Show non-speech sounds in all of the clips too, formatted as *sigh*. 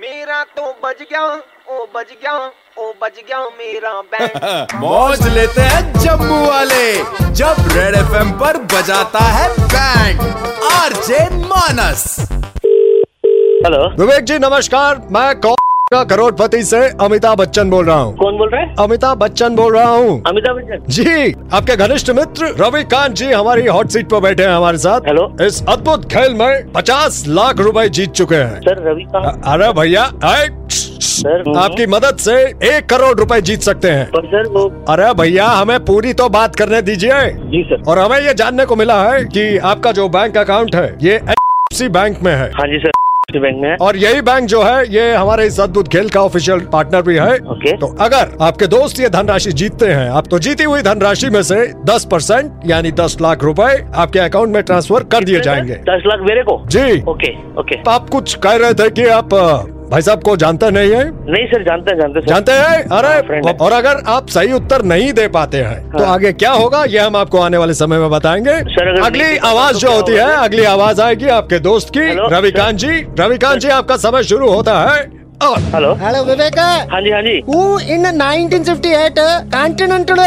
मेरा तो बज गया ओ बज गया ओ बज गया मेरा बैंड मौज लेते हैं जम्मू वाले जब रेड एफएम पर बजाता है band RJ Manas hello Vivek ji नमस्कार मैं कौ- का करोड़पति से अमिताभ बच्चन बोल रहा हूँ कौन बोल रहा है अमिताभ बच्चन बोल रहा हूँ अमिताभ बच्चन जी आपके घनिष्ठ मित्र रविकांत जी हमारी हॉट सीट पर बैठे हैं हमारे साथ हेलो। इस अद्भुत खेल में 50 लाख रुपए जीत चुके हैं सर रवि अ- कहाँ अरे भैया अरे, श्श, श्श, सर, हम्म। आपकी मदद से एक करोड़ रुपए जीत सकते हैं पर सर वो अरे भैया हमें पूरी तो बात करने दीजिए जी सर और हमें ये जानने को मिला है कि आपका जो बैंक अकाउंट है ये एच बैंक में है हाँ जी सर बैंक में है और यही बैंक जो है ये हमारे इस अद्भुत खेल का ऑफिशियल पार्टनर भी है ओके। तो अगर आपके दोस्त ये धनराशि जीतते हैं आप तो जीती हुई धनराशि में से 10 परसेंट यानी 10 लाख रुपए आपके अकाउंट में ट्रांसफर कर दिए जाएंगे दस लाख मेरे को जी ओके ओके आप कुछ कह रहे थे कि आप अ, भाई साहब को जानते नहीं है नहीं सर जानते हैं जानते हैं, सर जानते हैं हाँ, friend अरे है। और अगर आप सही उत्तर नहीं दे पाते हैं तो हाँ। आगे क्या होगा ये हम आपको आने वाले समय में बताएंगे सर, अगर नहीं अगली दे पाता आवाज तो जो क्या होती है होगा? अगली आवाज आएगी आपके दोस्त की हेलो, रविकांत जी रविकांत जी आपका समय शुरू होता है और हेलो हेलो विवेक हाँ जी हाँ जी who in 1958 continental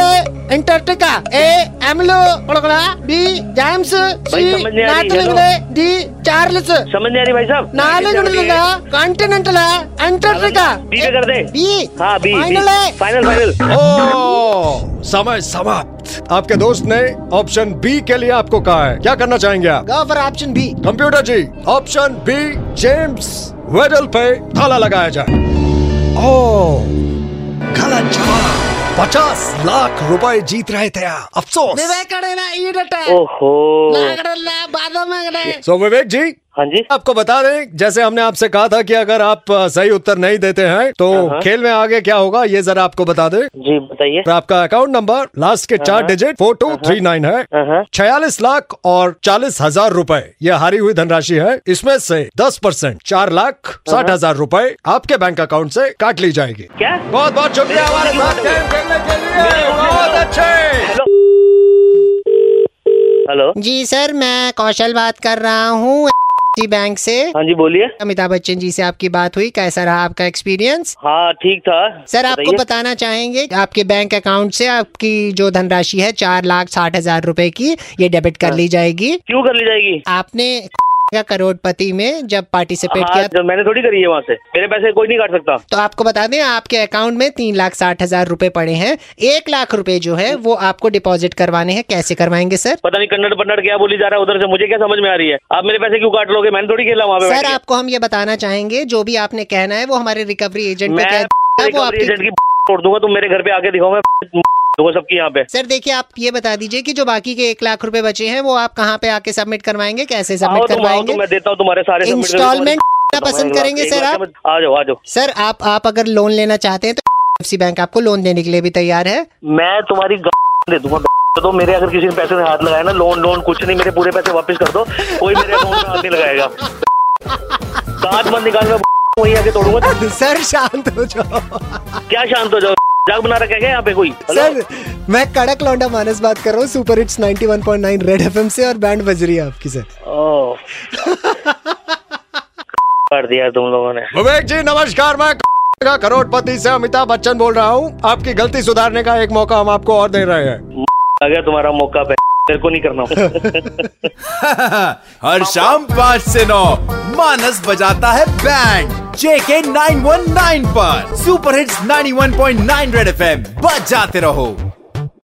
antarctica a amlo kodakala b james c भाई, समझ नहीं आ रही, नाथलिंगले d charles समझ नहीं आ रही भाई साहब नाले गुणलिंगा कॉन्टिनेंटल एंटार्क्टिका बी पे कर दे बी हाँ बी फाइनल है फाइनल फाइनल ओ समय समाप्त आपके दोस्त ने ऑप्शन बी के लिए आपको कहा है क्या करना चाहेंगे आप go for option B computer ji option B James Weddell पे ताला लगाया जाए ओ गलत जवाब पचास लाख रुपए जीत रहे थे आप अफसोस विवेक ना ई डटा ओहो लागडला बादाम सो विवेक जी हाँ जी आपको बता दें जैसे हमने आपसे कहा था कि अगर आप अ, सही उत्तर नहीं देते हैं तो हाँ। खेल में आगे क्या होगा ये जरा आपको बता दें जी बताइए और आपका अकाउंट नंबर लास्ट के चार digit four two three nine है हाँ। छियालीस लाख और चालीस हजार रूपए ये हारी हुई धनराशि है इसमें से दस परसेंट चार लाख साठ हजार रूपए आपके बैंक अकाउंट से काट ली जाएगी क्या बहुत बहुत शुक्रिया हमारे साथ गेम खेलने के लिए बहुत अच्छे हेलो जी सर मैं कौशल बात कर रहा हूँ जी बैंक से हाँ जी बोलिए अमिताभ बच्चन जी से आपकी बात हुई कैसा रहा आपका एक्सपीरियंस हाँ ठीक था सर आपको बताइए। बताना चाहेंगे कि आपके बैंक अकाउंट से आपकी जो धनराशि है चार लाख साठ हजार रुपए की ये डेबिट हाँ। कर ली जाएगी क्यों कर ली जाएगी आपने का करोड़पति में जब पार्टिसिपेट हाँ किया जो मैंने थोड़ी करी है वहाँ से मेरे पैसे कोई नहीं काट सकता तो आपको बता दें आपके अकाउंट में तीन लाख साठ हजार रुपए पड़े हैं एक लाख रुपए जो है वो आपको डिपॉजिट करवाने हैं कैसे करवाएंगे सर पता नहीं कन्नड़ पन्नड़ क्या बोली जा रहा है उधर से मुझे क्या समझ में आ रही है आप मेरे पैसे क्यों काट लोगे मैंने थोड़ी खेला वहाँ पे बैठ सर के। आपको हम ये बताना चाहेंगे जो भी आपने कहना है वो हमारे रिकवरी एजेंट पे मैं कह है, वो रिकवरी आपकी एजेंट की तोड़ दूंगा तुम मेरे घर पे आके दिखाओ मैं *laughs* दूंगा सबकी यहाँ पे सर देखिए आप ये बता दीजिए कि जो बाकी के एक लाख रुपए बचे हैं वो आप कहाँ पे आके सबमिट करवाएंगे कैसे आओ तुम सबमिट आओ तुम करवाएंगे तो मैं देता हूँ तुम्हारे सारे submit करके तुम्हारी *laughs* इंस्टॉलमेंट तुम्हारे पसंद glass- करेंगे एक सर glass आप में- आ जाओ आ जाओ सर आप आप अगर लोन लेना चाहते हैं तो एफ बैंक आपको लोन देने के लिए भी तैयार है मैं तुम्हारी ग- दे दूंगा ग- तो मेरे अगर किसी ने पैसे में हाथ लगाया ना लोन लोन कुछ नहीं मेरे पूरे पैसे वापस कर दो कोई मेरे अकाउंट में हाथ नहीं लगाएगा *laughs* दांत मत निकाल मैं *laughs* वहीं आके तोड़ूंगा सर शांत हो जाओ क्या शांत हो जाओ जाग बना रखा है क्या यहाँ पे कोई हेलो? सर मैं कड़क लौंडा मानस बात कर रहा हूँ सुपर हिट्स 91.9 रेड एफएम से और बैंड बज रही है आपकी सर ओह, *laughs* कर दिया तुम लोगों ने विवेक जी नमस्कार मैं का करोड़पति से अमिताभ बच्चन बोल रहा हूँ आपकी गलती सुधारने का एक मौका हम आपको और दे रहे हैं आ गया तुम्हारा मौका पे मेरे को नहीं करना हर शाम पाँच से नौ मानस बजाता है बैंड जेके 919 पर सुपर हिट्स 91.9 रेड एफएम बजाते रहो